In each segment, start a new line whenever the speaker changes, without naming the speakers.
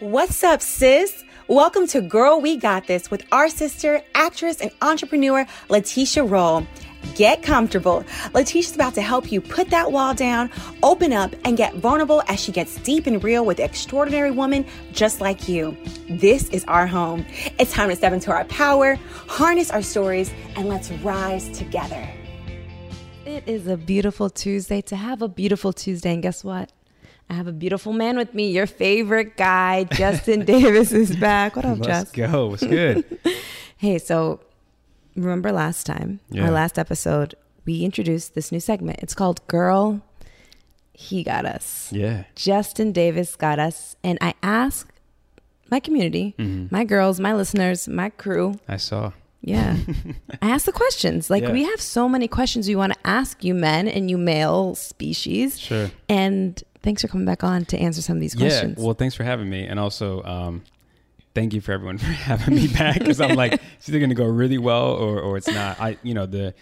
What's up, sis? Welcome to Girl We Got This with our sister, actress, and entrepreneur, Letitia Roll. Get comfortable. Letitia's about to help you put that wall down, open up, and get vulnerable as she gets deep and real with extraordinary women just like you. This is our home. It's time to step into our power, harness our stories, and let's rise together.
It is a beautiful Tuesday to have a beautiful Tuesday. And guess what? I have a beautiful man with me, your favorite guy, Justin Davis is back. What up,
Let's
Jess?
go. What's good?
Hey, so remember last time,
Yeah.
our last episode, we introduced this new segment. It's called Girl, He Got Us.
yeah.
Justin Davis got us. And I ask my community,
Mm-hmm.
my girls, my listeners, my crew,
I saw.
yeah. I ask the questions. Like
Yeah.
we have so many questions we want to ask you men and you male species.
Sure.
And thanks for coming back on to answer some of these
Yeah.
questions.
Well, thanks for having me. And also, um, thank you for everyone for having me back because I'm like, it's either going to go really well or, or it's not. I, you know, the,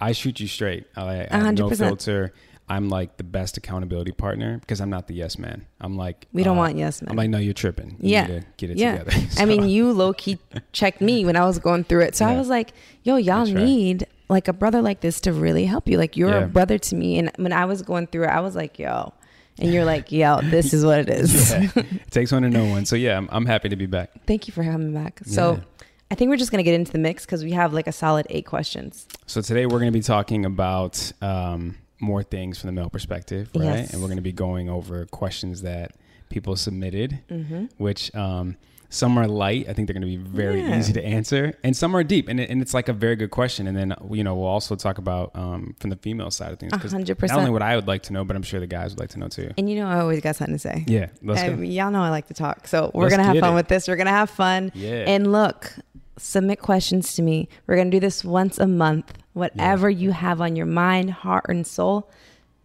I shoot you straight. I, I have no
100%.
filter. I'm like the best accountability partner because I'm not the yes man. I'm like, uh,
We don't want yes men.
I'm like, no, you're tripping. You
yeah.
Need to get it
yeah.
together.
I
So-
mean, you low key checked me when I was going through it. So I
Yeah.
was like, yo, y'all
That's right.
need like a brother like this to really help you. Like you're
Yeah.
a brother to me. And when I was going through it, I was like, yo. And you're like, yo, this is what it is.
Yeah. it takes one to know one. So yeah, I'm, I'm happy to be back.
Thank you for having me back. So
Yeah.
I think we're just gonna get into the mix because we have like a solid eight questions.
So today we're going to be talking about um, more things from the male perspective, right?
Yes.
And we're going to be going over questions that people submitted,
Mm-hmm.
which um, some are light. I think they're going to be very
Yeah.
easy to answer, and some are deep. And, it, and it's like a very good question. And then you know we'll also talk about um, from the female side of things. 'cause
100%.
Not only what I would like to know, but I'm sure the guys would like to know too.
And you know I always got something to say.
Yeah, let's
I-
go.
y'all know I like to talk. So we're
Let's
gonna have
get
fun
it.
with this. We're gonna have fun.
Yeah.
And look, submit questions to me. We're gonna do this once a month. Whatever you have on your mind, heart, and soul,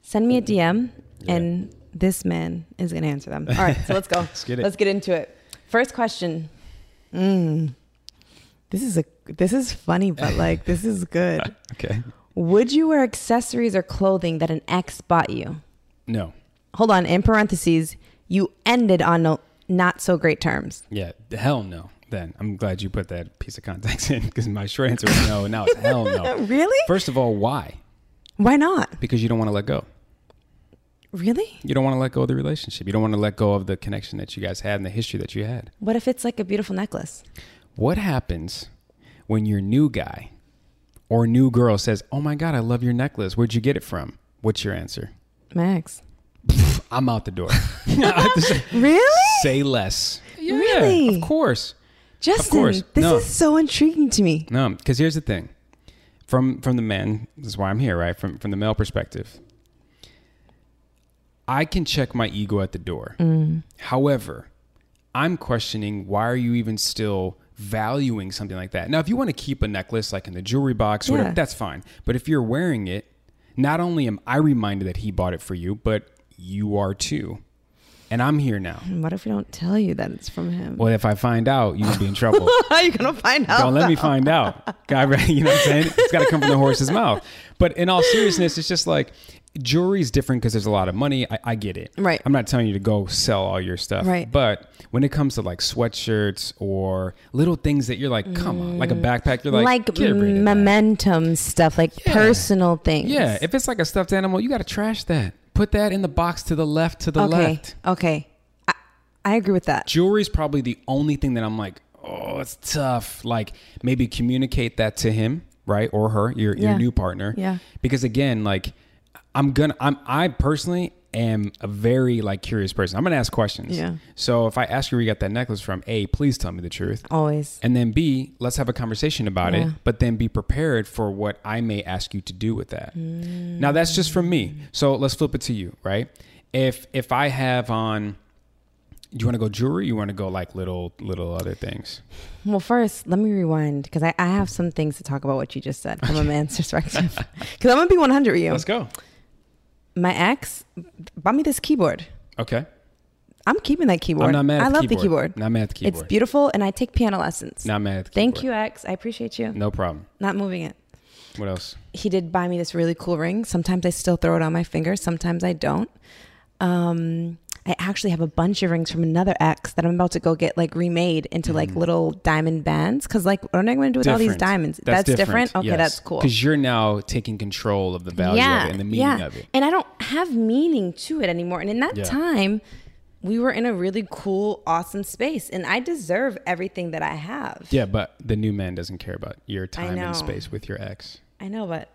send me a DM and this man is gonna answer them. All right, so let's go.
Let's get it.
Let's get into it. First question. Mm. This is a this is funny, but like this is good.
Okay.
Would you wear accessories or clothing that an ex bought you?
No.
Hold on, in parentheses, you ended on no, not so great terms.
Yeah. Hell no. Then I'm glad you put that piece of context in because my short answer is no. and Now it's hell no.
Oh, Really?
First of all, why?
Why not?
Because you don't want to let go.
Really?
You don't want to let go of the relationship. You don't want to let go of the connection that you guys had and the history that you had.
What if it's like a beautiful necklace?
What happens when your new guy or new girl says, Oh my God, I love your necklace. Where'd you get it from? What's your answer?
Max.
I'm out the door. I have to say,
Really?
say less. Yeah,
Really?
Of course.
Justin,
course.
this
No.
is so intriguing to me.
No, because here's the thing. From from the men, this is why I'm here, right? From from the male perspective. I can check my ego at the door. However, I'm questioning why are you even still valuing something like that? Now, if you want to keep a necklace like in the jewelry box, or
Yeah.
whatever, that's fine. But if you're wearing it, not only am I reminded that he bought it for you, but you are too. And I'm here now.
And What if we don't tell you that it's from him?
Well, if I find out, you'll be in trouble.
How are you going to find out?
Don't let me find out. God, right? You know what I'm saying? It's got to come from the horse's mouth. But in all seriousness, it's just like jewelry's different because there's a lot of money. I, I get it.
Right.
I'm not telling you to go sell all your stuff.
Right.
But when it comes to like sweatshirts or little things that you're like, come on, like a backpack, you're like,
Mm. like
get rid of that.
momentum stuff, like
Yeah.
personal things.
Yeah. If it's like a stuffed animal, you got to trash that. Put that in the box to the left, to the
okay.
left.
Okay. I, I agree with that.
jewelry's probably the only thing that I'm like, oh, it's tough. Like maybe communicate that to him, right, or her, your
Yeah.
your new partner.
Yeah.
Because again, like I'm gonna, I'm I personally am a very like curious person. I'm gonna ask questions.
Yeah.
So if I ask you where you got that necklace from, a, please tell me the truth.
Always.
And then B, let's have a conversation about
Yeah.
it, but then be prepared for what I may ask you to do with that. Now that's just from me.
Mm.
So let's flip it to you, right? If if I have on you want to go jewelry, you want to go like little little other things.
Well, first, let me rewind because I, I have some things to talk about what you just said from a man's perspective. Because I'm going to be 100 with you.
Let's go.
My ex bought me this keyboard.
Okay.
I'm keeping that keyboard.
I'm not mad at
I
the
love the
keyboard.
keyboard.
Not mad at the
It's
keyboard.
beautiful, and I take piano lessons.
Not mad at the
Thank
keyboard.
you, ex. I appreciate you.
No problem.
Not moving it.
What else?
He did buy me this really cool ring. Sometimes I still throw it on my finger. Sometimes I don't. Um, I actually have a bunch of rings from another ex that I'm about to go get like remade into like little diamond bands. Cause like, what am I going to do with all these
Mm-hmm. Different.
diamonds? That's, different. Okay, that's cool.
Because you're now taking control of the value of it and the meaning of it.
And I don't have meaning to it anymore. And in that
Yeah.
time, we were in a really cool, awesome space, and I deserve everything that I have.
Yeah, but the new man doesn't care about your time
know.
and space with your ex.
I know, but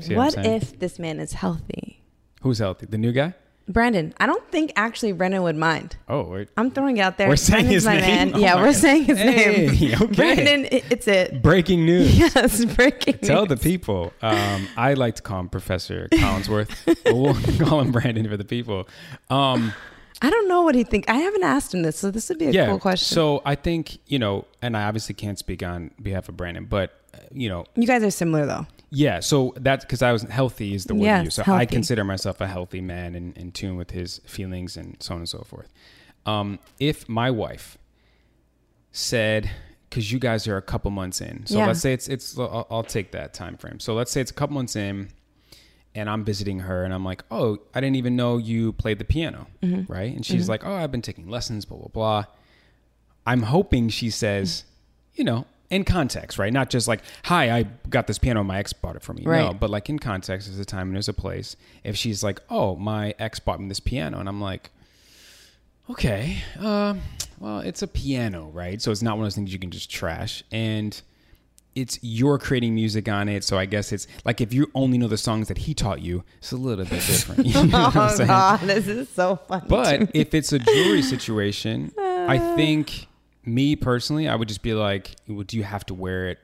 See what I'm
what
saying?
if this man is healthy?
Who's healthy? The new guy?
Brandon, I don't think actually Brandon would mind.
Oh, wait.
I'm throwing it out there.
We're saying
Brandon's
his
my
name?
man.
Oh
yeah,
my
we're
God.
saying his
Hey,
name.
okay.
Brandon, i- it's it.
breaking news.
Yes, breaking.
Tell
news.
the people. Um, I like to call him Professor Collinsworth. but we'll call him Brandon for the people. Um,
I don't know what he think. I haven't asked him this, so this would be a
yeah.
cool question.
So I think you know, and I obviously can't speak on behalf of Brandon, but uh, you know,
you guys are similar though.
yeah. So that's because I was healthy is the word
Yes,
you use. So I
healthy.
consider myself a healthy man and in tune with his feelings and so on and so forth. Um, if my wife said, because you guys are a couple months in, so
Yeah.
let's say it's it's I'll, I'll take that time frame. So let's say it's a couple months in. and I'm visiting her and I'm like, oh, I didn't even know you played the piano,
Mm-hmm.
right? And she's like, oh, I've been taking lessons, blah, blah, blah. I'm hoping she says, you know, in context, right? Not just like, hi, I got this piano, my ex bought it for me. No,
Right.
but like in context, there's a time and there's a place. If she's like, oh, my ex bought me this piano, and I'm like, okay, um, well, it's a piano, right? So it's not one of those things you can just trash. And it's you're creating music on it, so I guess it's like if you only know the songs that he taught you, it's a little bit different. You know what I'm
Oh
saying?
God, this is so funny.
But if it's a jewelry situation,
Uh.
I think me personally, I would just be like, well, do you have to wear it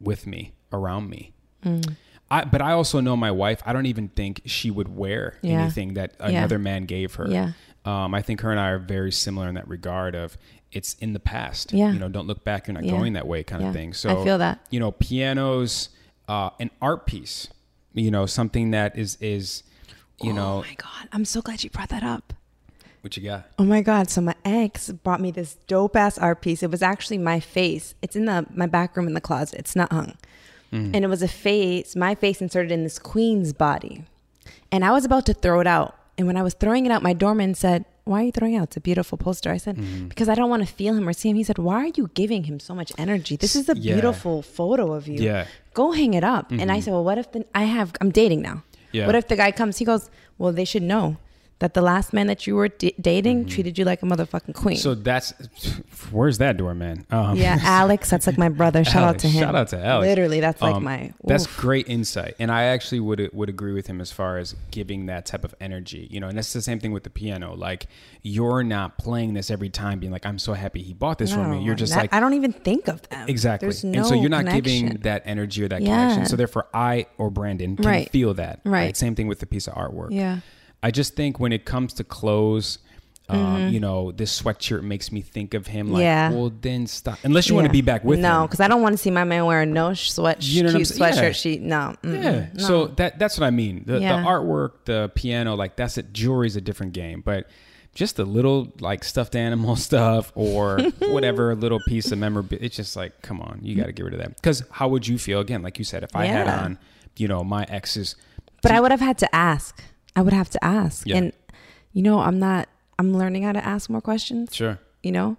with me, around me?
Mm.
I, but I also know my wife. I don't even think she would wear
Yeah.
anything that
Yeah.
another man gave her.
Yeah.
Um, I think her and I are very similar in that regard of it's in the past.
Yeah.
You know, don't look back. You're not
Yeah.
going that way kind
Yeah.
of thing.
I
So
feel that.
you know, pianos, uh, an art piece, you know, something that is, is, you
Oh
know,
my god, I'm so glad you brought that up.
what you got?
Oh my god, so my ex bought me this dope ass art piece. It was actually my face. It's in the my back room in the closet. It's not hung.
Hmm.
And it was a face, my face inserted in this queen's body. And I was about to throw it out. And when I was throwing it out, my doorman said, Why are you throwing it out? It's a beautiful poster. I said,
Hmm.
Because I don't want to feel him or see him. He said, Why are you giving him so much energy? This is a
Yeah.
beautiful photo of you.
Yeah. Hmm.
Go hang it up. And I said, Well, what if the, I have, I'm dating now.
Yeah.
What if the guy comes? He goes, Well, they should know that the last man that you were d- dating treated you like a motherfucking queen.
Mm-hmm. So that's where's that doorman? Um,
yeah, Alex, that's like my brother. Shout out
Alex,
to him.
Shout out to Alex.
Literally, that's like
Um,
my.
That's
oof.
great insight, and I actually would would agree with him as far as giving that type of energy. You know, and that's the same thing with the piano. Like you're not playing this every time, being like, "I'm so happy he bought this for
No,
me." You're just
that-
like,
I don't even think of them.
Exactly.
There's no
and so you're not giving
connection.
that energy or that
Yeah.
connection. So therefore I or Brandon can
Right.
feel that.
Right.
Same thing with the piece of artwork.
Yeah.
I just think when it comes to clothes, um, you know, this sweatshirt makes me think of him like,
Mm-hmm. Yeah.
well then stop unless you want
Yeah.
to be back with
No,
him.
because I don't want to see my man wearing no sweat,
You know what I'm
cute
saying?
sweatshirt.
Yeah.
She no. mm-mm,
Yeah.
no.
So that that's what I mean. The,
Yeah.
the artwork, the piano, like that's it. Jewelry's a different game, but just the little like stuffed animal stuff or whatever little piece of memorabilia. It's just like, come on, you got to get rid of that. Because how would you feel again? Like you said, if I had
Yeah.
on, you know, my ex's.
But I would have had to ask. I would have to ask.
Yeah.
And you know, I'm not I'm learning how to ask more questions,
Sure.
you know?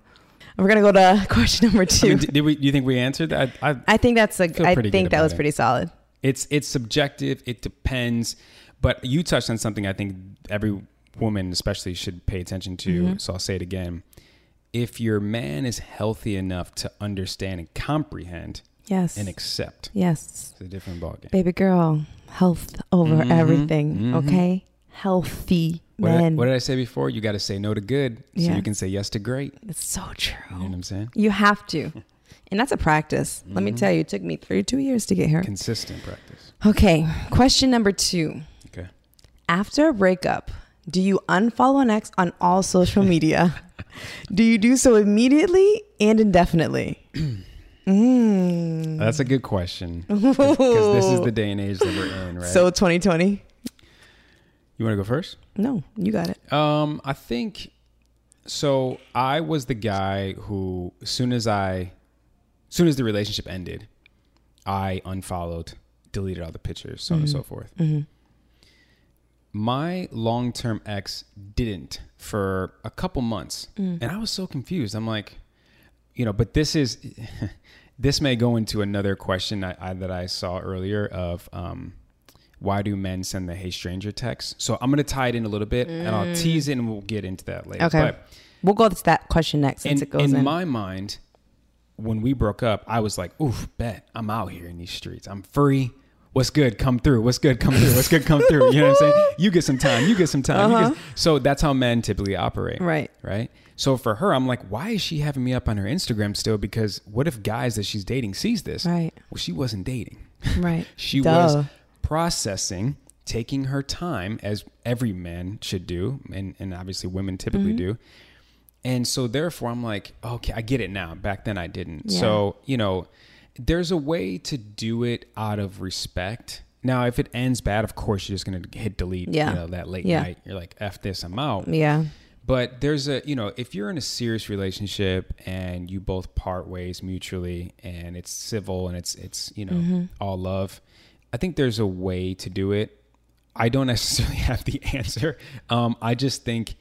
We're gonna go to question number
I
two. I,
mean, did, did we? Do you think we answered that? I, I,
think that's a
Feel
I
pretty
think
good
that
about
was
it.
pretty solid.
it's it's subjective. It depends. But you touched on something I think every woman, especially, should pay attention to.
Mm-hmm.
So I'll say it again. If your man is healthy enough to understand and comprehend
Yes.
and accept,
yes.
it's a different ballgame.
Baby girl, health over
Mhm,
everything.
mhm.
Okay? Healthy
What did, I,
men.
what did I say before? You got to say no to good so
Yeah. Oh.
you can say yes to great.
it's so
You know
true.
what I'm saying?
You have to. And that's a practice. Let
Mm-hmm.
me tell you, it took me three two years to get here.
Consistent practice.
Okay. Question number two.
Okay.
After a breakup, do you unfollow an ex on all social media? do you do so immediately and indefinitely? mm.
That's a good question because this is the day and age that we're in, right?
So 2020?
you want to go first?
No, you got it.
Um, I think so. I was the guy who, as soon as I, as soon as the relationship ended, I unfollowed, deleted all the pictures, so on and so forth. my long term ex didn't for a couple months. And I was so confused. I'm like, you know, but this is, this may go into another question I, I, that I saw earlier of um, why do men send the hey stranger text? So I'm going to tie it in a little bit and I'll tease it and we'll get into that later.
Okay.
But
we'll go to that question next since
in,
it goes
in
in.
my mind, when we broke up, I was like, "Oof, bet I'm out here in these streets. I'm free. What's good? Come through. What's good? Come through. What's good? Come through." You know what I'm saying? You get some time. You get some time. You get, so that's how men typically operate,
Uh-huh. Right.
Right. So for her, I'm like, why is she having me up on her Instagram still? Because what if guys that she's dating sees this?
Right.
Well, she wasn't dating.
Right.
she
Duh.
was processing, taking her time as every man should do, and and obviously women typically
Mm-hmm.
do. And so therefore I'm like, okay, I get it now. Back then I didn't.
Yeah.
So, you know, there's a way to do it out of respect. Now, if it ends bad, of course you're just gonna hit delete,
Yeah.
you know, that late
Yeah.
night. You're like, F this, I'm out.
Yeah.
But there's a, you know, if you're in a serious relationship and you both part ways mutually and it's civil and it's it's, you know,
Mm-hmm.
all love, I think there's a way to do it. I don't necessarily have the answer. Um, I just think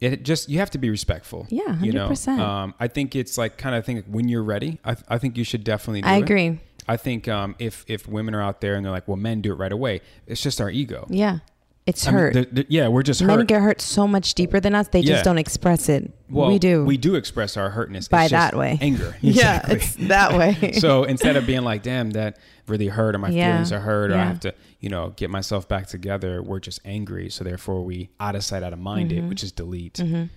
it just you have to be respectful.
Yeah,
you know?
100%.
Um, I think it's like kind of think when you're ready. I, I think you should definitely. Do
I
it.
agree.
I think um, if if women are out there and they're like, well, men do it right away. It's just our ego.
Yeah. It's
I mean,
hurt.
they're- they're- yeah, we're just
Men
hurt.
get hurt so much deeper than us. They
Yeah.
just don't express it.
well,
we do.
We do express our hurtness
By
It's just
that way.
Anger.
Yeah, it's that way.
so instead of being like, damn, that really hurt, or my
Yeah.
feelings are hurt, or I
Yeah.
have to, you know, get myself back together, we're just angry. So therefore, we out of sight, out of mind it, which is delete. Um, but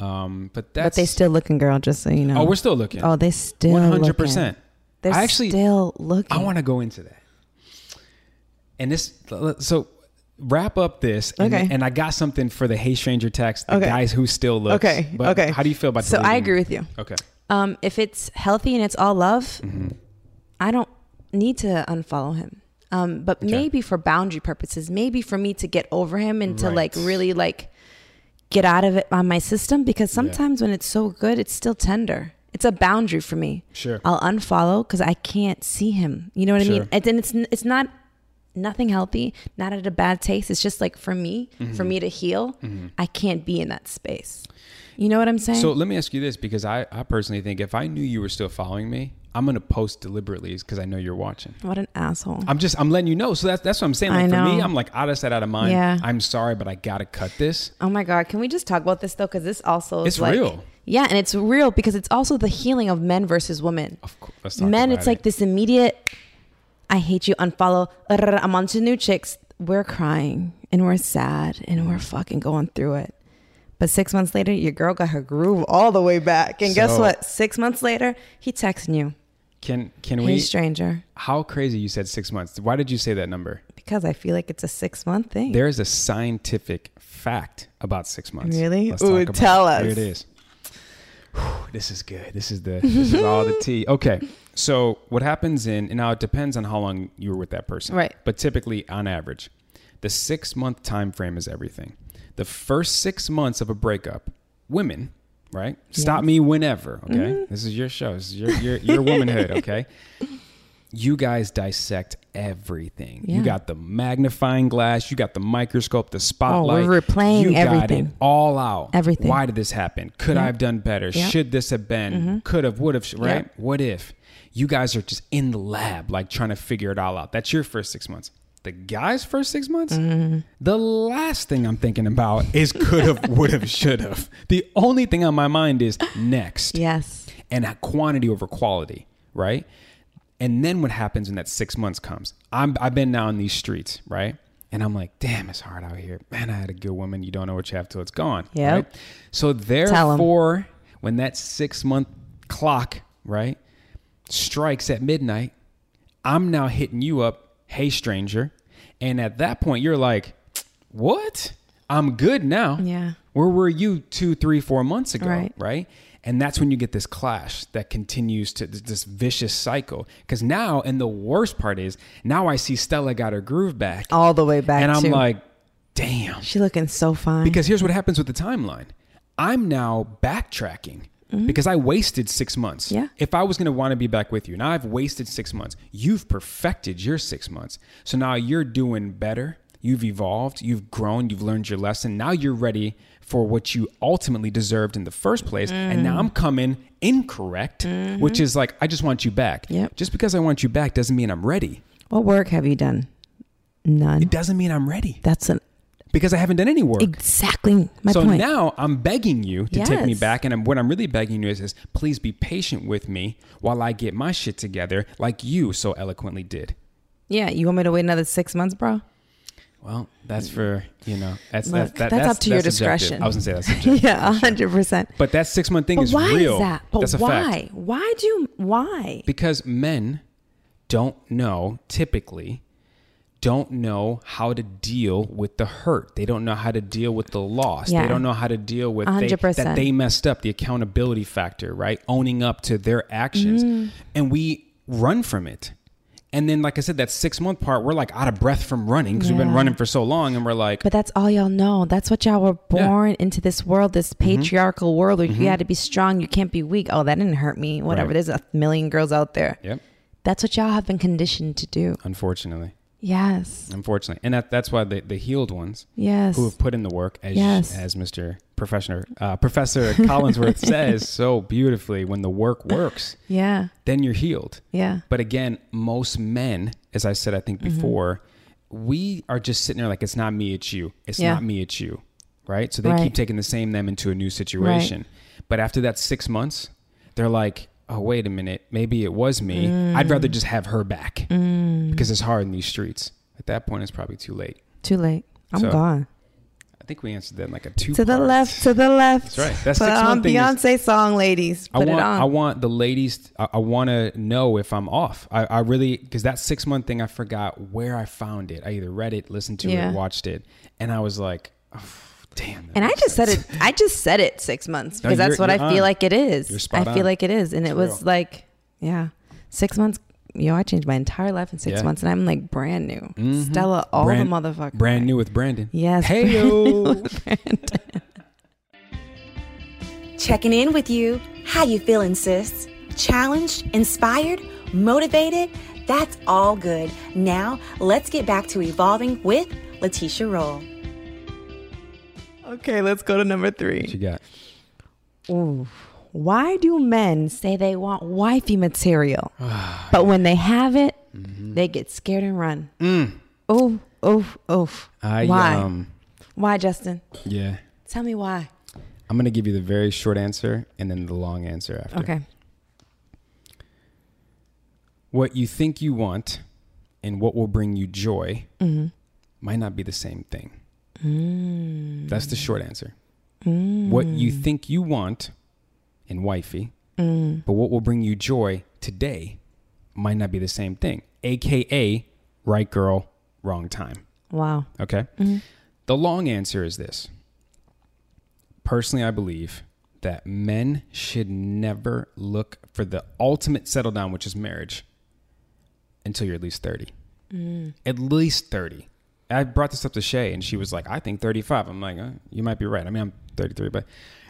Mm-hmm. but
that's
they still looking, girl. Just so you know.
Oh, we're still looking.
Oh, they still.
One
One
hundred percent.
They're
I actually-
still looking.
I want to go into that. And this, so wrap up this. And,
Okay.
And I got something for the Hey Stranger text, the
Okay.
guys who still look.
Okay.
But
okay.
How do you feel about
So I
deleting-
agree with you.
Okay.
Um, if it's healthy and it's all love,
Mm-hmm.
I don't need to unfollow him. Um, but maybe for boundary purposes, maybe for me to get over him and to like
Right.
really like get out of it on my system because sometimes when it's so good, it's still tender. It's a boundary for me.
Sure.
I'll unfollow because I can't see him. You know what I
Sure.
mean? And then it's it's not nothing healthy, not at a bad taste. It's just like for me,
Mm-hmm.
for me to heal, I can't be in that space. You know what I'm saying?
So let me ask you this because I, I personally think if I knew you were still following me, I'm going to post deliberately because I know you're watching.
what an asshole.
I'm just, I'm letting you know. So that's, that's what I'm saying. Like
I
for me,
know.
I'm like out of sight, out of mind.
Yeah.
I'm sorry, but I got to cut this.
Oh my God. Can we just talk about this though? Because this also is
It's
like-
real.
Yeah. And it's real because it's also the healing of men versus women.
Of course. Let's talk
Men,
Oh, about
it's like
it.
this immediate, I hate you, unfollow. Arr, I'm on to new chicks. We're crying and we're sad and we're fucking going through it. But six months later, your girl got her groove all the way back. And guess
So-
what? Six months later, he texting you,
Can, can
hey,
we,
stranger,
how crazy you said six months. Why did you say that number?
because I feel like it's a six month thing.
There is a scientific fact about six months.
Really?
Let's
Ooh,
talk about
tell
it.
us.
Here it is. Whew, this is good. This is the this is all the tea. Okay. So what happens in and now it depends on how long you were with that person.
Right.
But typically on average, the six month time frame is everything. The first six months of a breakup, women, right? Stop me whenever. Okay.
Mm-hmm.
This is your show. This is your your, your womanhood, okay? you guys dissect everything. You
Yeah.
got the magnifying glass, you got the microscope, the spotlight.
Oh, replaying
you Got it
everything.
all out.
Everything.
Why did this happen? Could I have done better?
Yep.
Should this have been?
Mm-hmm.
Could have, would have, right?
Yep.
What if? You guys are just in the lab, like trying to figure it all out. That's your first six months. The guy's first six months,
Mm-hmm.
the last thing I'm thinking about is could have, would have, should have. The only thing on my mind is next
yes.
and a quantity over quality, right? And then what happens when that six months comes? I'm, I've been now in these streets, right? And I'm like, damn, it's hard out here. Man, I had a good woman. You don't know what you have till it's gone.
Yep.
Right? So
'em.
therefore, when that six month clock, right, strikes at midnight, I'm now hitting you up, hey stranger. And at that point, you're like, what? I'm good now.
Yeah.
Where were you two, three, four months ago?
Right.
right? And that's when you get this clash that continues to th- this vicious cycle. Because now, and the worst part is, now I see Stella got her groove back,
All the way back.
and I'm
to-
like, damn.
she looking so fine.
Because here's what happens with the timeline: I'm now backtracking because I wasted six months.
Mm-hmm. Yeah.
If I was going to want to be back with you, now I've wasted six months. You've perfected your six months, so now you're doing better. You've evolved, you've grown, you've learned your lesson. Now you're ready for what you ultimately deserved in the first place. And
Mm.
now I'm coming incorrect, which is like, I just want you back.
Mm-hmm. Yep.
Just because I want you back doesn't mean I'm ready.
What work have you done? None.
Doesn't mean I'm ready
That's an
because I haven't done any work.
exactly my
so
point.
now I'm begging you to take me
Yes.
back. And I'm, what I'm really begging you is, is please be patient with me while I get my shit together, like you so eloquently did.
yeah, you want me to wait another six months, bro?
Well, that's for, you know, that's,
Look,
that's, that,
that's up to your
subjective.
discretion.
I was going to say that's subjective.
yeah, hundred percent.
But that six month thing
But
is
why
real.
is that? But
That's a
why?
fact.
Why do why?
Because men don't know, typically, don't know how to deal with the hurt. They don't know how to deal with the loss.
Yeah.
They don't know how to deal with they-
100%.
that they messed up, the accountability factor, right? Owning up to their actions.
Mm-hmm.
And we run from it. And then, like I said, that six month part, we're like out of breath from running because we've been
Yeah.
running for so long and we're like,
But that's all y'all know. That's what y'all were
Yeah. Mm-hmm.
born into this world, this patriarchal world where you had to be strong. You can't be weak. Oh, that didn't hurt me. Whatever.
Right.
There's a million girls out there.
yep,
That's what y'all have been conditioned to do.
unfortunately.
Yes.
Unfortunately. And that, that's why the, the healed ones,
Yes.
who have put in the work, as
Yes.
as Mr. Professor uh, Professor Collinsworth says so beautifully. When the work works,
yeah.
then you're healed.
Yeah.
But again, most men, as I said, I think
Mm-hmm.
before, we are just sitting there like it's not me, it's you. It's
Yeah.
not me, it's you. Right. So they
Right.
keep taking the same them into a new situation. But after that six months, they're like, oh wait a minute, maybe it was me. I'd
Mm.
rather just have her back because it's hard in these streets. At that point, it's probably too late.
Too late. I'm
So-
gone.
I think we answered that in like a two.
To the left. To the left.
That's right. That's
put
six
on
month thing is-
Beyonce song, ladies.
I
Put
want,
it on.
I want the ladies. I, I want to know if I'm off. I, I really because that six month thing, I forgot where I found it. I either read it, listened to
Yeah.
it, watched it, and I was like, oh, damn. that
and I
makes
just said
sense.
it. I just said it six months
No,
because that's
you're-
what I
you're
feel
on.
like it is.
You're spot
I feel
on.
like it is, and it
It's
was
real.
like, yeah, six months. Yo, I changed my entire life in six
Yeah. Mm-hmm.
months, and I'm like brand new, Stella, all
brand,
the motherfucker,
brand new with Brandon.
Yes,
Hey
brand
yo.
Checking in with you. How you feeling, sis? Challenged, inspired, motivated? That's all good. Now, let's get back to evolving with Letitia Roll.
Okay, let's go to number three.
What you got?
Ooh. Why do men say they want wifey material,
Ah,
but when they have it,
Mm-hmm.
they get scared and run?
Mm.
Oof, oof, oof.
I
why?
um
why, Justin?
yeah.
Tell me why.
I'm gonna give you the very short answer and then the long answer after.
Okay.
What you think you want and what will bring you joy might not be the same thing. That's the short answer. What you think you want in wifey, but what will bring you joy today might not be the same thing. AKA, right girl, wrong time.
Wow.
Okay. The long answer is this. Personally, I believe that men should never look for the ultimate settle down, which is marriage, until you're at least 30. At least 30. I brought this up to Shay, and she was like, I think 35. I'm like, uh, you might be right. I mean, I'm 33, but.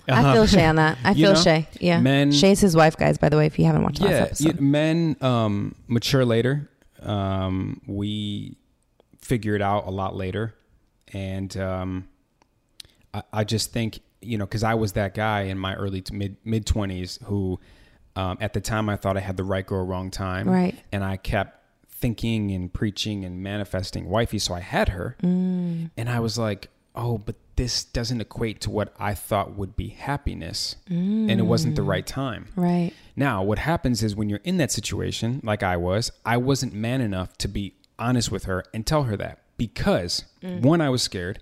I feel Shay on that. I
Uh-huh. You
feel
know,
Shay. Yeah.
men-
Shay's his wife, guys, by the way, if you haven't watched the last
you-
episode.
men um, mature later. Um, we figure it out a lot later, and um, I, I just think you know because I was that guy in my early to mid mid twenties who, um, at the time, I thought I had the right girl, wrong time,
Right.
and I kept thinking and preaching and manifesting wifey, so I had her,
Mm.
and I was like, oh, but this doesn't equate to what I thought would be happiness, and it wasn't the
Mm.
right time,
Right.
now, what happens is when you're in that situation, like I was, I wasn't man enough to be honest with her and tell her that because one, I was scared.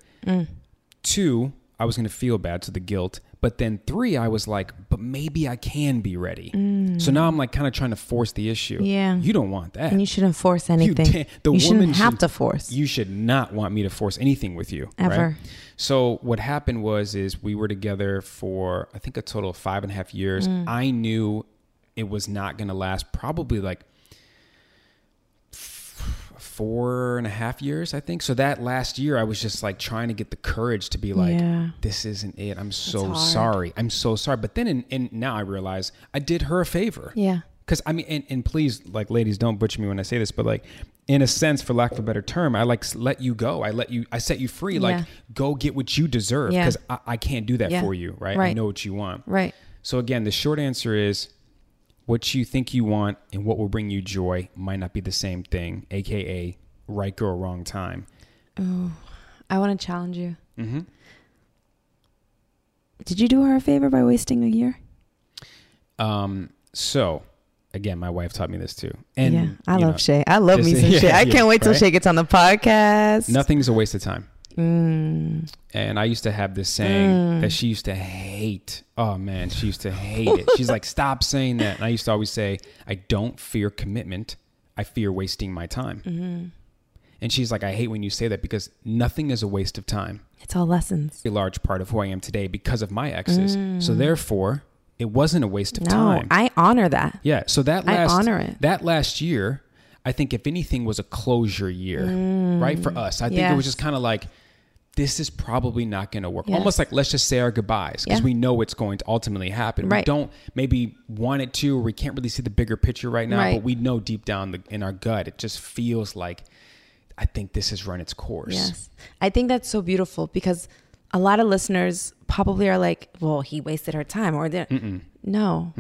Two, I was going to feel bad, so the guilt. But then three, I was like, but maybe I can be ready. So now I'm like kind of trying to force the issue.
Yeah.
You don't want that.
And you shouldn't force
You
anything. You,
can't- the woman
shouldn't have
should-
to force.
You should not want me to force anything with you. Right?
Ever.
So what happened was is we were together for I think a total of five and a half years.
Mm.
I knew it was not gonna last probably like f- four and a half years, I think. So that last year I was just like trying to get the courage to be like,
Yeah.
this isn't it. I'm so
hard.
sorry. I'm so sorry. But then in, in now I realize I did her a favor.
yeah.
Because I mean, and, and please, like, ladies, don't butcher me when I say this, but like, in a sense, for lack of a better term, I like s- let you go. I let you, I set you free. Like,
Yeah.
go get what you deserve
Yeah.
because I, I can't do that
Yeah.
for you, right? I
Right.
know what you want.
Right.
So, again, the short answer is what you think you want and what will bring you joy might not be the same thing, AKA right girl, wrong time.
I want to challenge you. Mm-hmm. Did you do her a favor by wasting a year?
Um, so, again, my wife taught me this too. And
yeah, I
you
love
know,
Shay. I love me
just-
some
yeah,
Shay. I
yeah,
can't wait till
right?
Shay gets on the podcast.
Nothing's a waste of time.
Mm.
And I used to have this saying that she used to hate. Oh man, she used to hate it. She's like, stop saying that. And I used to always say, I don't fear commitment. I fear wasting my time.
Mm.
And she's like, I hate when you say that because nothing is a waste of time.
It's all lessons.
A large part of who I am today because of my exes. So therefore, it wasn't a waste of
No,
time.
I honor that.
yeah. So that
I
last
honor it.
that last year, I think if anything was a closure year, right? For us. I think it was
Yes.
just kind of like this is probably not going to work.
Yes.
Almost like let's just say our goodbyes because
Yeah.
we know it's going to ultimately happen. We
Right.
don't maybe want it to, or we can't really see the bigger picture right now,
Right.
but we know deep down the, in our gut, it just feels like I think this has run its course.
Yes. I think that's so beautiful because a lot of listeners probably are like, well, he wasted her time or the No.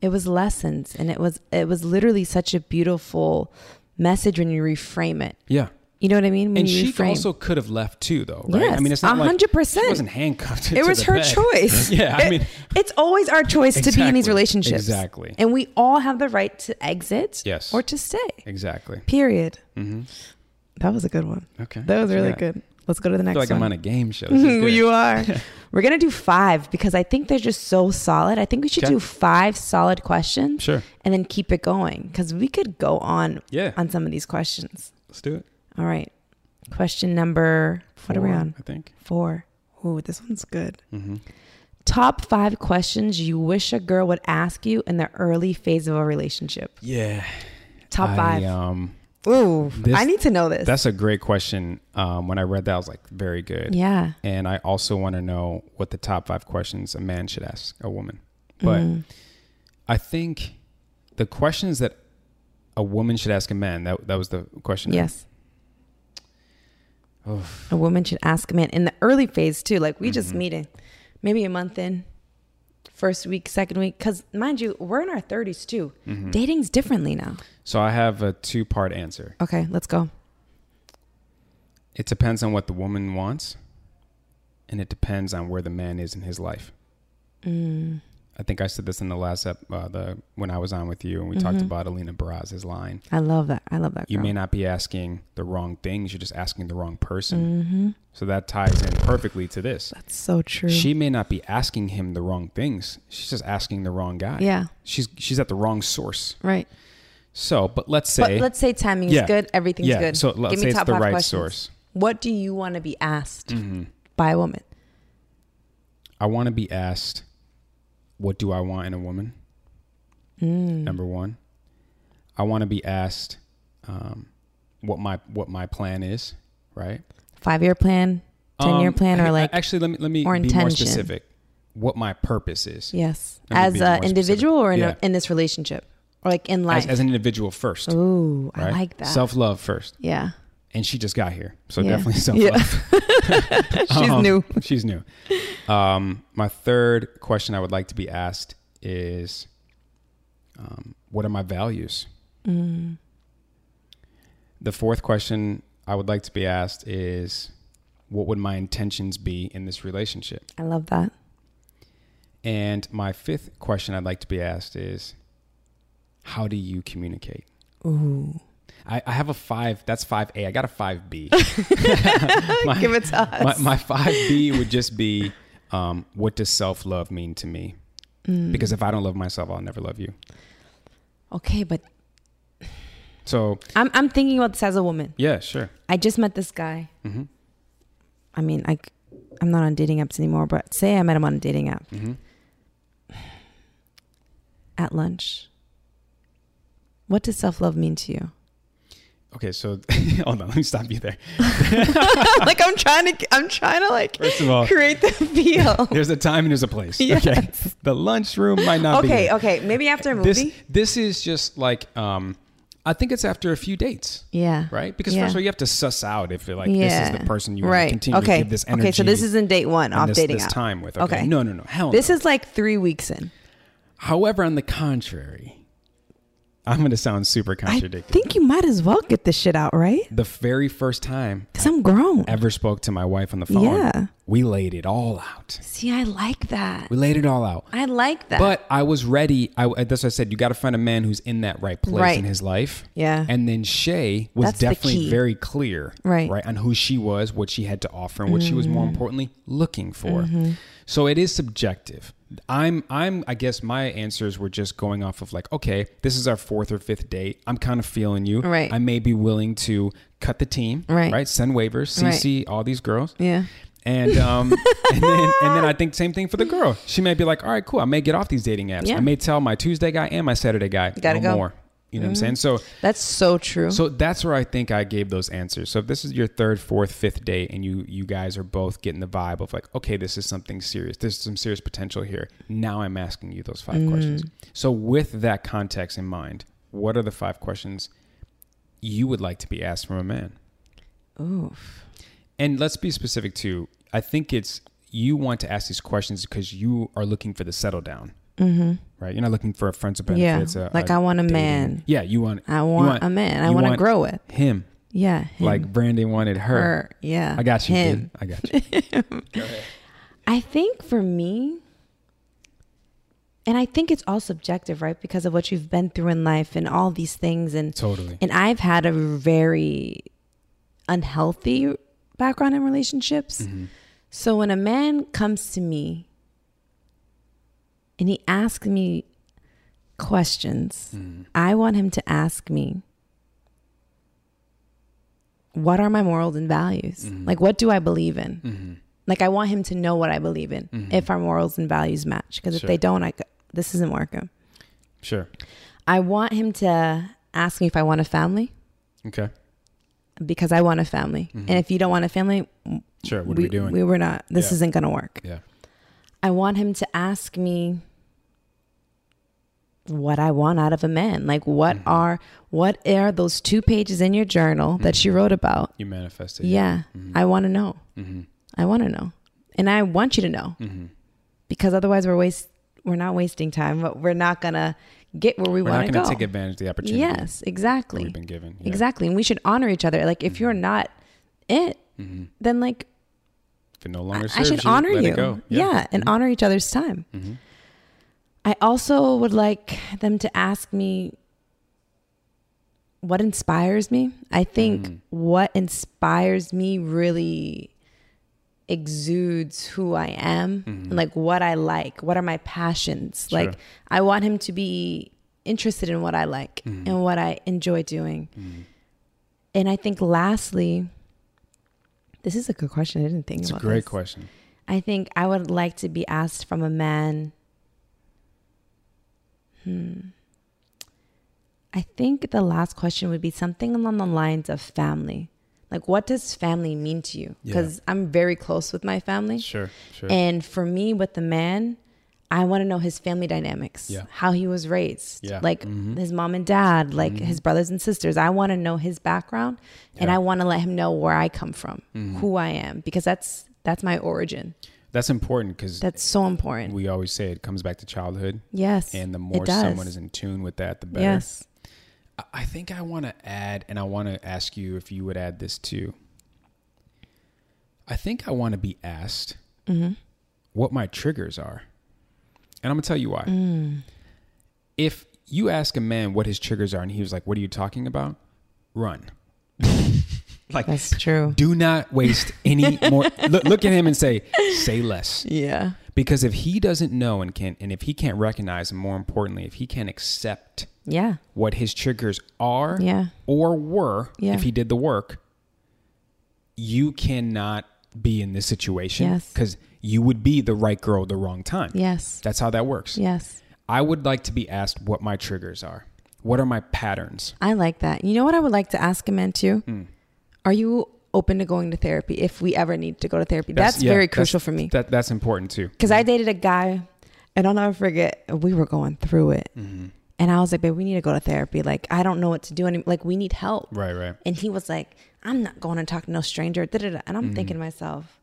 It was lessons and it was it was literally such a beautiful message when you reframe it.
Yeah.
You know what I mean? When
And
you
she
reframe.
also could have left too, though, right? I
Yes,
mean, it's not like she
100%.
wasn't handcuffed.
it
to
was
the
her
bed.
choice.
yeah, I
It-
mean,
it's always our choice to be in these
Exactly.
relationships.
Exactly.
And we all have the right to exit
Yes.
or to stay.
exactly.
Period. That was a good one.
Okay.
That was
Look at
really
that.
good. Let's go to the next
I feel like
one.
I'm on a game show. This is good.
you are. We're gonna do five because I think they're just so solid. I think we should
Okay.
do five solid questions,
Sure.
and then keep it going because we could go on
Yeah.
on some of these questions.
Let's do it.
All right, question number what are we
Four, Mm-hmm.
on?
I think.
Four. Ooh, this one's good. Top five questions you wish a girl would ask you in the early phase of a relationship.
Yeah.
Top
I,
five.
um,
Ooh,
this-
I need to know this.
that's a great question. Um, when I read that, I was like, very good.
yeah.
And I also want to know what the top five questions a man should ask a woman. But
Mm.
I think the questions that a woman should ask a man, that, that was the question.
Yes. A woman should ask a man in the early phase too. Like we
Mm-hmm.
just meeting, maybe a month in, first week, second week. Because mind you, we're in our thirties too.
Mm-hmm.
Dating's differently now.
So I have a two part answer.
Okay, let's go.
It depends on what the woman wants, and it depends on where the man is in his life.
Mm.
I think I said this in the last ep- uh, the when I was on with you, and we talked about Alina Baraz's line.
I love that. I love that.
You
Mm-hmm. girl.
may not be asking the wrong things; you're just asking the wrong person. So that ties in perfectly to this.
Mm-hmm. That's so true.
She may not be asking him the wrong things; she's just asking the wrong guy.
Yeah.
she's she's at the wrong source.
right.
So, but let's say
But let's say timing
Yeah.
is good. Everything's
Yeah,
good.
so let's say it's the right source. Mm-hmm.
What do you want to be asked by a woman?
I want to be asked, what do I want in a woman?
Mm.
Number one, I want to be asked um, what my what my plan is, right?
Five year plan, ten year
Um,
plan,
I- I-
or like
actually, let me let me
or
be more
intention.
specific. What my purpose is
yes,
Let me be
as
more
an
specific.
individual or in,
Yeah.
a, in this relationship, or like in
as,
life.
as an individual first.
Ooh, I
right?
like that.
Self love first,
yeah.
and she just got here, so
Yeah.
definitely self
Yeah.
love.
She's new.
she's new. Um, my third question I would like to be asked is, um, what are my values?
Mm,
The fourth question I would like to be asked is, what would my intentions be in this relationship?
I love that.
And my fifth question I'd like to be asked is, how do you communicate?
Ooh.
I, I have a five. That's five A. I got a five B.
Give it to us.
my, my 5b would just be um, what does self-love mean to me
Mm.
because if i don't love myself i'll never love you
Okay, but
so
I'm I'm thinking about this as a woman.
yeah sure
I just met this guy.
Mm-hmm.
I mean, I c- I'm not on dating apps anymore, but say I met him on a dating app.
Mm-hmm.
At lunch. What does self love mean to you?
okay so hold on let me stop you there
like I'm trying to I'm trying to like
first of all
create the feel.
there's a time and there's a place okay the lunchroom might not be
okay, okay. Maybe after a movie.
this this is just like um I think it's after a few dates.
Yeah.
Right? Because
Yeah.
first of all, you have to suss out if you're like, this is the person you want
right.
to continue
okay.
to give this energy.
Okay, so this isn't date one
and
off
this,
dating
this
app.
time with. Okay. No, no, no. Hell
This
no.
is like three weeks in.
However, on the contrary, I'm going to sound super
I
contradictory.
think you might as well get this shit out, right?
the very first time
Because I'm grown.
ever spoke to my wife on the phone,
Yeah.
we laid it all out.
See, I like that.
We laid it all out.
I like that.
But I was ready. I, uh, that's what I said. You got to find a man who's in that right place
Right.
in his life.
Yeah.
And then Shay was
That's the
definitely
key.
very clear,
Right. Mm-hmm.
right, on who she was, what she had to offer, and what she was more importantly looking for. So it is subjective. I'm, I'm. I guess my answers were just going off of like, okay, this is our fourth or fifth date. I'm kind of feeling you.
Right.
I may be willing to cut the team.
Right.
Right. Send waivers.
Right.
CC all these girls.
yeah.
And um, and then and then I think same thing for the girl. She may be like, all right, cool. I may get off these dating apps.
Yeah.
I may tell my Tuesday guy and my Saturday guy,
gotta
no
go. Mm-hmm.
more. You know what I'm saying? So
That's so true.
so that's where I think I gave those answers. So if this is your third, fourth, fifth date, and you you guys are both getting the vibe of like, okay, this is something serious. There's some serious potential here. Now I'm asking you those five
Mm-hmm.
questions. So with that context in mind, what are the five questions you would like to be asked from a man?
Oof.
And let's be specific too. I think it's you want to ask these questions because you are looking for the settle down,
Mm-hmm.
right? You're not looking for a friends with
Yeah.
benefits. a-
Like,
a
I want a
dating-
man.
Yeah, you want.
I
you
want, a man. I
you
want to grow it.
him,
Yeah. him.
like Brandon wanted her.
her. Yeah.
I got you. dude.
Him.
I got you.
I think for me, and I think it's all subjective, right? Because of what you've been through in life and all these things. And
totally.
and I've had a very unhealthy background in relationships. So when a man comes to me and he asks me questions, I want him to ask me, What are my morals and values? Like, what do I believe in? Like, I want him to know what I believe in if our morals and values match. Because if
Sure.
they don't, I, go- this isn't working.
Sure.
I want him to ask me if I want a family
Okay.
because I want a family. And if you don't want a family,
Sure. Mm-hmm. What
we,
are we doing?
we were not. This
Yeah.
isn't going to work.
yeah.
I want him to ask me what I want out of a man. Like what
Mm-hmm.
are what are those two pages in your journal that
Mm-hmm.
you wrote about?
You manifested.
Yeah.
Mm-hmm.
I want to know. I want to know. And I want you to know.
Mm-hmm.
Because otherwise we're waste we're not wasting time, but we're not going to get where we
We're not
want to go.
going to take advantage of the opportunity
yes,
that
exactly.
we've been given. Yeah.
Exactly. And we should honor each other. Like if you're not it, then like
If it no longer
I
serves
should
you,
honor
let
you.
It go. Mm-hmm.
Yeah. and honor each other's time. I also would like them to ask me what inspires me. I think
Mm-hmm.
what inspires me really exudes who I am,
Mm-hmm.
and like what I like, what are my passions. Like, I want him to be interested in what I like
Mm-hmm.
and what I enjoy doing. And I think, lastly, this is a good question. I didn't think
It's a
about
great
this.
question.
I think I would like to be asked from a man. Hmm. I think the last question would be something along the lines of family. Like, what does family mean to you?
Yeah.
Because I'm very close with my family.
Sure. Sure.
And for me, with the man, I want to know his family dynamics,
Yeah.
how he was raised,
Yeah. Mm-hmm.
like his mom and dad, like his brothers and sisters. I want to know his background, and
Yeah. Mm-hmm.
I want to let him know where I come from, who I am, because that's that's my origin.
That's important because
That's so important.
we always say it comes back to childhood.
yes,
And the
it
more
does.
someone is in tune with that, the better.
Yes,
I- I think I want to add, and I want to ask you if you would add this too. I think I want to be asked
Mm-hmm.
what my triggers are. And I'm going to tell you why.
Mm.
If you ask a man what his triggers are and he was like, What are you talking about? Run. like,
that's true.
do not waste any more. look, look at him and say, Say less.
Yeah,
Because if he doesn't know and can, and if he can't recognize, and more importantly, if he can't accept
yeah,
what his triggers are
Yeah.
or were
Yeah.
if he did the work, you cannot be in this situation
Yes.
because you would be the right girl at the wrong time.
yes,
That's how that works.
yes.
I would like to be asked what my triggers are. What are my patterns?
I like that. You know what I would like to ask a man too?
Hmm.
Are you open to going to therapy if we ever need to go to therapy? That's,
yeah,
very crucial for me.
That, that's important too. Mm-hmm.
because I dated a guy, and I'll never forget. We were going through it, And I was like, babe, we need to go to therapy. Like, I don't know what to do. Any- like, we need help.
Right, right.
And he was like, I'm not going to talk to no stranger. Da-da-da. And I'm thinking to myself,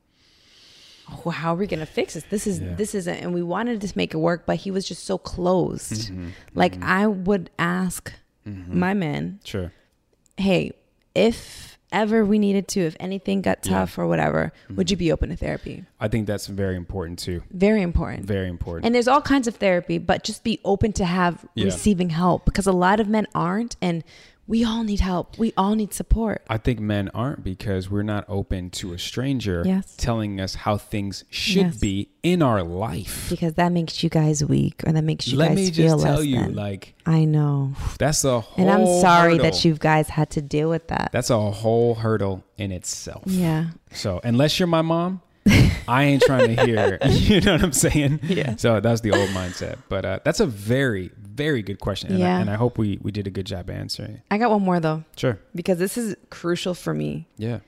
oh, how are we going to fix this? This is, this isn't. And we wanted to make it work, but he was just so closed. Like, I would ask my man,
Sure.
hey, if ever we needed to, if anything got tough or whatever, would you be open to therapy?
I think that's very important too.
Very important.
Very important.
And there's all kinds of therapy, but just be open to have
Yeah.
receiving help because a lot of men aren't and we all need help. We all need support.
I think men aren't because we're not open to a stranger
Yes.
telling us how things should
Yes.
be in our life.
Because that makes you guys weak or that makes you
Let
guys
me
feel
just tell
less
you,
than.
like
I know.
that's a whole
And I'm sorry
hurdle.
that you guys had to deal with that.
That's a whole hurdle in itself.
yeah.
So unless you're my mom, I ain't trying to hear. You know what I'm saying? Yeah. So that's the old mindset. But uh, that's a very, very good question, and,
Yeah.
I, and I hope we we did a good job answering. it.
I got one more though
Sure.
because this is crucial for me.
Yeah.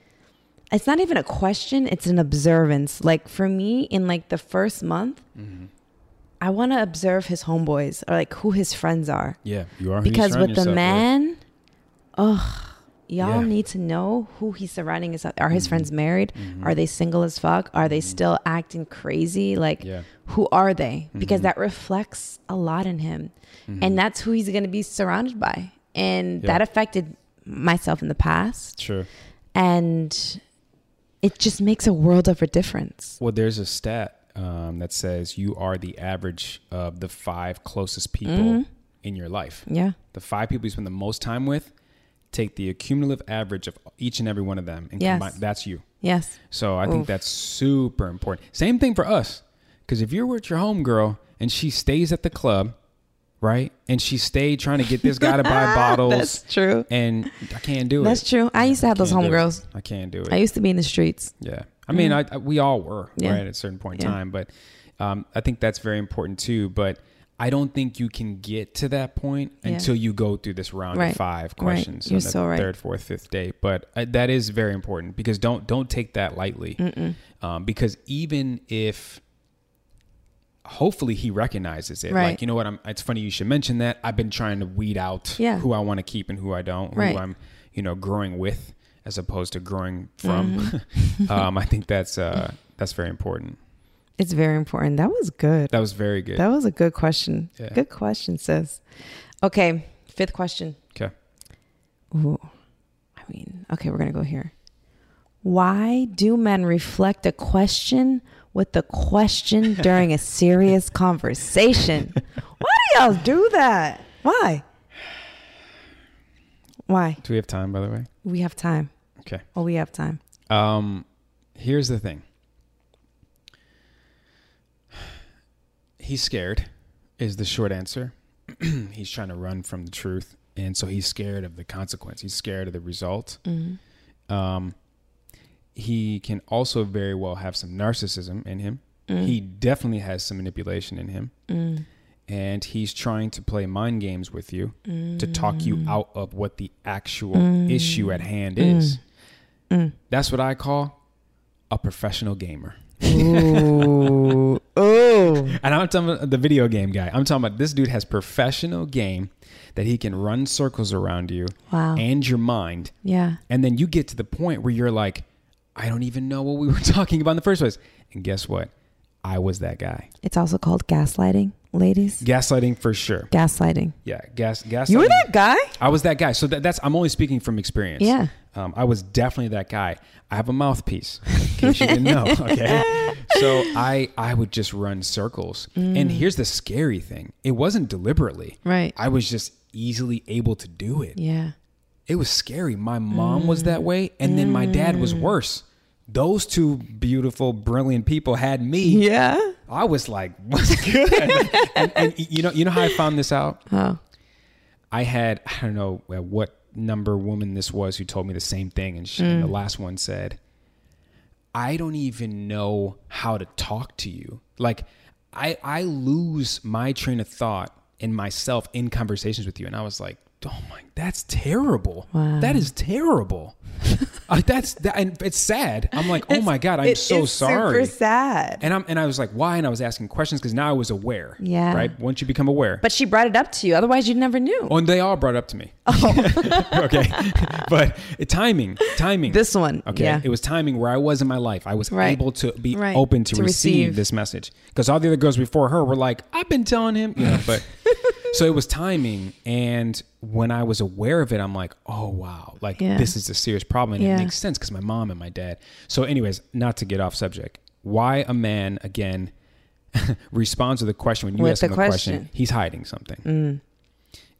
it's not even a question it's an observance like for me in like the first month
Mm-hmm.
i want to observe his homeboys or like who his friends are
Yeah. You are who you
because
surround
with the
yourself
man ugh y'all
Yeah. Mm-hmm.
need to know who he's surrounding himself are his friends married are they single as fuck are they still acting crazy like
Yeah. Mm-hmm.
who are they because that reflects a lot in him and that's who he's going to be surrounded by and
Yeah.
that affected myself in the past
Sure.
and it just makes a world of a difference.
Well, there's a stat um, that says you are the average of the five closest people
Mm-hmm.
in your life.
Yeah.
The five people you spend the most time with, take the cumulative average of each and every one of them, and
Yes.
combine, that's you.
Yes.
So I think that's super important. Same thing for us, because if you're with your homegirl and she stays at the club, right, and she stayed trying to get this guy to buy bottles,
That's true.
and I can't do
That's
it.
true. I used to have those
Can't do it.
homegirls.
I can't do it.
I used to be in the streets.
Yeah. I mean, I, I, we all were
Yeah.
right at a certain point in
Yeah.
time, but um, I think that's very important too. But I don't think you can get to that point
Yeah.
until you go through this round
Right.
of five
Right.
questions
You're
on the
so right.
third, fourth, fifth day. But uh, that is very important because don't don't take that lightly. Um, because even if hopefully he recognizes it,
Right.
like you know what, I'm, it's funny you should mention that. I've been trying to weed out
Yeah.
who I want to keep and who I don't,
Right.
who I'm you know growing with as opposed to growing from.
Mm-hmm.
um, I think that's uh, that's very important.
It's very important. That was good.
That was very good.
That was a good question.
Yeah.
Good question, sis. Okay. Fifth question.
Okay.
Ooh. I mean, okay, we're going to go here. Why do men reflect a question with a question during a serious conversation? Why do y'all do that? Why? Why?
Do we have time, by the way?
We have time.
Okay.
Oh, we have time.
Um, here's the thing. He's scared, is the short answer. he's trying to run from the truth, and so he's scared of the consequence. He's scared of the result. Um, he can also very well have some narcissism in him. He definitely has some manipulation in him, and he's trying to play mind games with you to talk you out of what the actual issue at hand is. That's what I call a professional gamer.
Ooh. Ooh.
And I'm talking about the video game guy. I'm talking about this dude has professional game that he can run circles around you
Wow.
and your mind.
Yeah.
And then you get to the point where you're like, I don't even know what we were talking about in the first place. And guess what? I was that guy.
It's also called gaslighting, ladies.
Gaslighting for sure.
Gaslighting.
Yeah, gas gaslighting.
You were that guy?
I was that guy. So that, that's I'm only speaking from experience.
Yeah.
Um, I was definitely that guy. I have a mouthpiece, in case you didn't know. Okay. So I I would just run circles. And here's the scary thing: it wasn't deliberately.
Mm. Right.
I was just easily able to do it.
Yeah.
It was scary. My mom was that way, and then my dad was
Mm.
worse. Those two beautiful, brilliant people had me.
Yeah.
I was like, "What's good?" and, and you know, you know how I found this out.
Oh.
I had I don't know uh, what number woman this was who told me the same thing, and, she,
Mm.
and the last one said, "I don't even know how to talk to you. Like, I I lose my train of thought in myself in conversations with you." And I was like, oh my, that's terrible.
Wow.
That is terrible. Uh, that's that, and it's sad. I'm like, oh my god, I'm
It
so
is
sorry.
Super sad.
And I'm and I was like, why? And I was asking questions because now I was aware.
Yeah.
Right. Once you become aware.
But she brought it up to you. Otherwise, you never knew.
Oh, and they all brought it up to me.
Oh.
okay. but timing, timing.
This one,
Okay.
yeah.
It was timing where I was in my life. I was
Right.
able to be
Right.
open to,
To
receive,
receive.
this message. Because all the other girls before her were like, I've been telling him, you know, but so it was timing. And when I was aware of it, I'm like, oh, wow. Like,
Yeah.
this is a serious problem. And
Yeah.
it makes sense because my mom and my dad. So, anyways, not to get off subject, why a man, again, responds to the question when you
With
ask him
the
the question,
question. Mm.
he's hiding something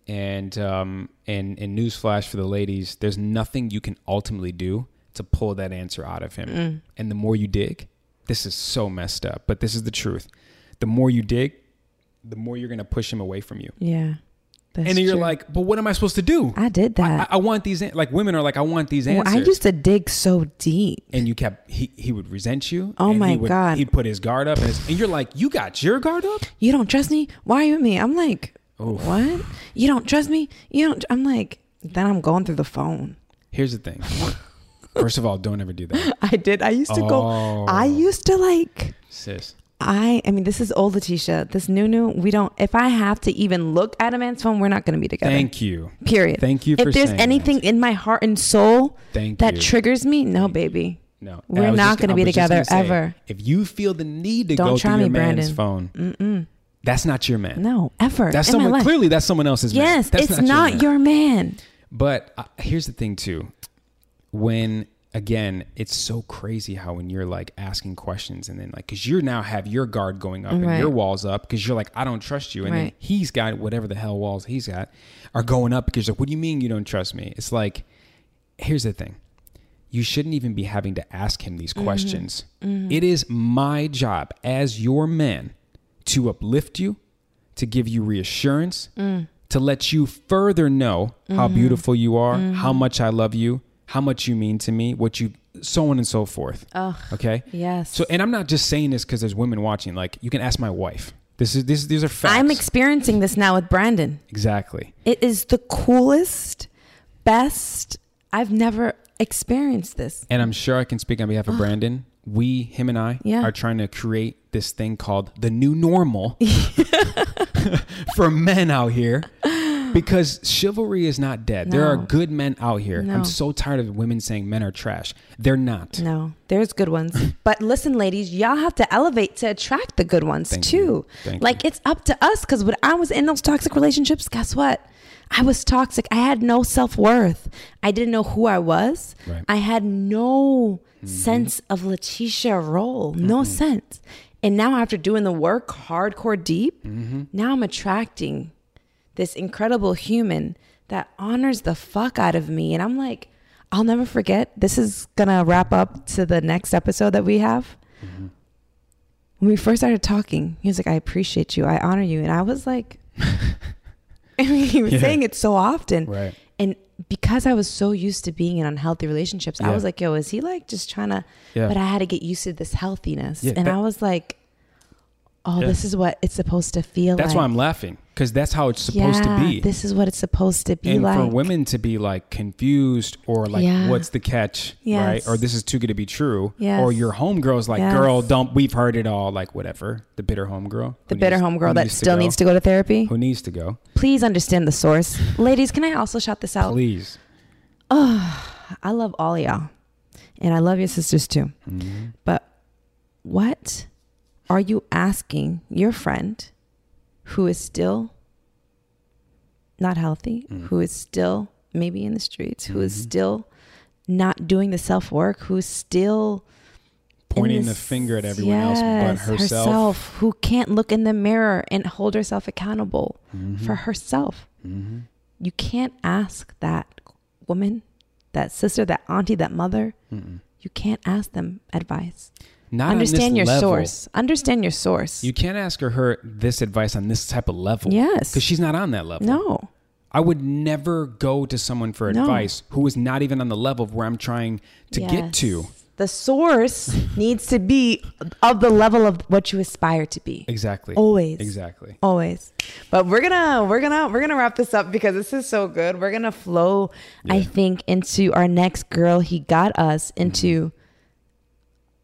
and um, and and newsflash for the ladies, there's nothing you can ultimately do to pull that answer out of him.
Mm.
And the more you dig, this is so messed up, but this is the truth. The more you dig, the more you're gonna push him away from you.
yeah. That's
and then you're
true.
like, but what am I supposed to do?
I did that.
I, I want these. an- Like women are like, I want these
Well,
answers.
I used to dig so deep.
and you kept he he would resent you.
Oh
and
my
he would,
God.
He'd put his guard up, and, his, and you're like, you got your guard up.
You don't trust me? Why you with me? I'm like,
Oof.
what? You don't trust me? You don't. I'm like, then I'm going through the phone.
Here's the thing. First of all, don't ever do that,
I did. I used to go. I
Oh.
used to like.
sis.
I. I mean, this is old Letitia. This new new. We don't. If I have to even look at a man's phone, we're not going to be together.
Thank you.
Period.
Thank you
If
for
there's
saying
anything in my heart and soul
Thank
that
you.
triggers me, no, baby.
No,
We're
And I was
not
just-
gonna
I
be
was just
together
gonna say,
ever.
If you feel the need to
Don't
go
try
through your
me,
man's
Brandon.
phone, that's not your man.
No, ever.
that's
in my
someone.
life.
Clearly, that's someone else's man.
Yes,
That's
it's not,
man.
your man.
But uh, here's the thing, too. When again, it's so crazy how when you're like asking questions and then like because you now have your guard going up and
Right.
your walls up because you're like I don't trust you and then
Right.
he's got whatever the hell walls he's got are going up because you're like what do you mean you don't trust me? It's like here's the thing. You shouldn't even be having to ask him
Mm-hmm.
these questions. It is my job as your man to uplift you, to give you reassurance,
Mm.
to let you further know how
Mm-hmm.
beautiful you are, how much I love you, how much you mean to me, what you so on and so forth.
Ugh.
Okay?
Yes.
So and I'm not just saying this cuz there's women watching like you can ask my wife. This is this these are facts.
I'm experiencing this now with Brandon.
exactly.
It is the coolest, best. I've never experienced this.
and I'm sure I can speak on behalf of Brandon. We, him and I,
Ah. Yeah.
are trying to create this thing called the new normal for men out here because chivalry is not dead. There are
No.
good men out here.
No.
I'm so tired of women saying men are trash. They're not.
No, there's good ones. But listen, ladies, y'all have to elevate to attract the good ones
Thank
too.
you. Thank
like it's up to us because when I was in those toxic relationships, guess what? I was toxic. I had no self worth. I didn't know who I was.
Right.
I had no sense of Letitia role, no sense. And now after doing the work, hardcore deep, now I'm attracting this incredible human that honors the fuck out of me. And I'm like, I'll never forget. This is gonna wrap up to the next episode that we have. When we first started talking, he was like, I appreciate you. I honor you. And I was like, I mean, he was
Yeah.
saying it so often.
Right.
And because I was so used to being in unhealthy relationships, I
Yeah.
was like, yo, is he like just trying to,
Yeah.
but I had to get used to this healthiness.
Yeah,
and
that-
I was like, oh,
Yeah.
this is what it's supposed to feel
That's
like.
why I'm laughing because that's how it's supposed to be.
This is what it's supposed to be
and
like.
for women to be like confused or like
Yeah.
what's the catch right
Yes.
or this is too good to be true
Yes.
or your homegirl's like
Yes.
girl don't we've heard it all like whatever the bitter homegirl
the
who
bitter
needs- who
homegirl that
needs
still
go,
needs to go to therapy.
who needs to go
Please understand the source. Ladies, can I also shout this out?
please
I love all y'all. And I love your sisters too. But what are you asking your friend who is still not healthy, who is still maybe in the streets, who is still not doing the self work, who's still in
pointing
this-
the finger at everyone else
Yes,
but herself,
who can't look in the mirror and hold herself accountable
Mm-hmm.
for herself. You can't ask that woman, that sister, that auntie, that mother. You can't ask them advice.
not on
Understand
this
your
level.
source. Understand your source.
you can't ask her, her this advice on this type of level
Yes.
because she's not on that level
no.
I would never go to someone for
No.
advice who is not even on the level of where I'm trying to get
Yes.
to.
The source needs to be of the level of what you aspire to be.
Exactly.
Always.
Exactly.
Always. But we're gonna we're gonna we're gonna wrap this up because this is so good. We're gonna flow, I think, into our next girl. He got us into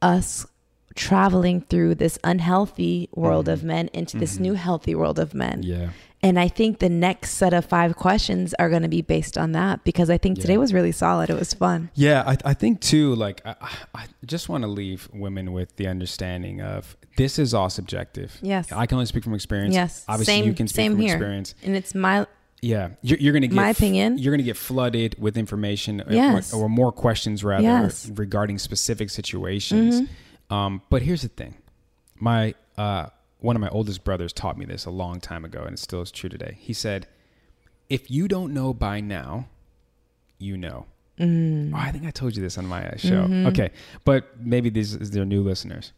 Mm-hmm.
us traveling through this unhealthy world of men into this new healthy world of men.
Mm-hmm. Yeah.
And I think the next set of five questions are going to be based on that because I think today was really solid. It was fun.
Yeah, I, I think too. Like, I, I I just want to leave women with the understanding of this is all subjective.
Yes.
I can only speak from experience.
Yes.
obviously you can speak from experience.
And it's my
Yeah, you're, you're gonna get
My opinion.
You're gonna get flooded with information, uh, or-
Yes.
or, more questions rather
Yes. Mm-hmm.
regarding specific situations. Um, but here's the thing, my uh, one of my oldest brothers taught me this a long time ago, and it still is true today. He said, "If you don't know by now, you know."
mm,
Oh, I think I told you this on my uh, show.
Mm-hmm.
Okay, but maybe these is their new listeners.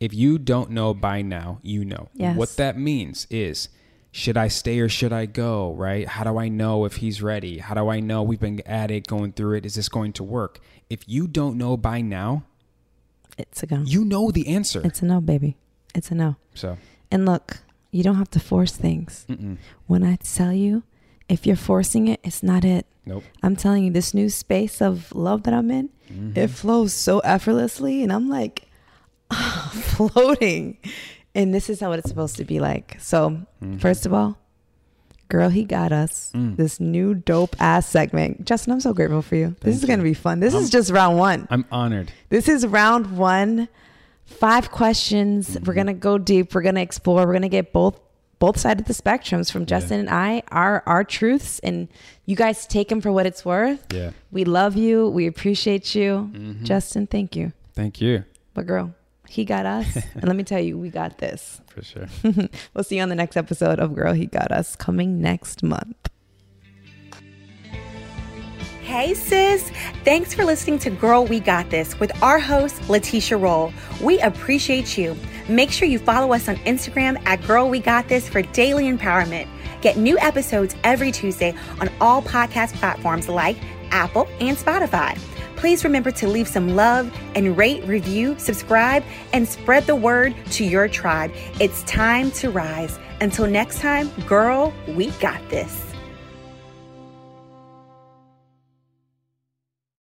If you don't know by now, you know.
Yes.
What that means is should I stay or should I go, right? How do I know if he's ready? How do I know we've been at it, going through it? Is this going to work? If you don't know by now,
it's a go.
you know the answer.
It's a no, baby. It's a no.
So,
And look, you don't have to force things.
mm-mm,
When I tell you, if you're forcing it, it's not it.
nope.
I'm telling you, this new space of love that I'm in, it flows so effortlessly, and I'm like floating. And this is how it's supposed to be like. So, first of all, girl, he got us this new dope ass segment. Justin, I'm so grateful for you. this is gonna be fun. This is just round one.
I'm honored.
This is round one. Five questions. We're gonna go deep. We're gonna explore. We're gonna get both both sides of the spectrums from Justin and I. Our our truths, and you guys take them for what it's worth.
Yeah.
We love you. We appreciate you, Justin. Thank you.
Thank you
But girl, he got us, and let me tell you, we got this.
for sure.
We'll see you on the next episode of Girl He Got Us coming next month.
Hey sis, thanks for listening to Girl We Got This with our host, Letitia Roll. We appreciate you. Make sure you follow us on Instagram at Girl We Got This for daily empowerment. Get new episodes every Tuesday on all podcast platforms like Apple and Spotify. Please remember to leave some love and rate, review, subscribe, and spread the word to your tribe. It's time to rise. Until next time, girl, we got this.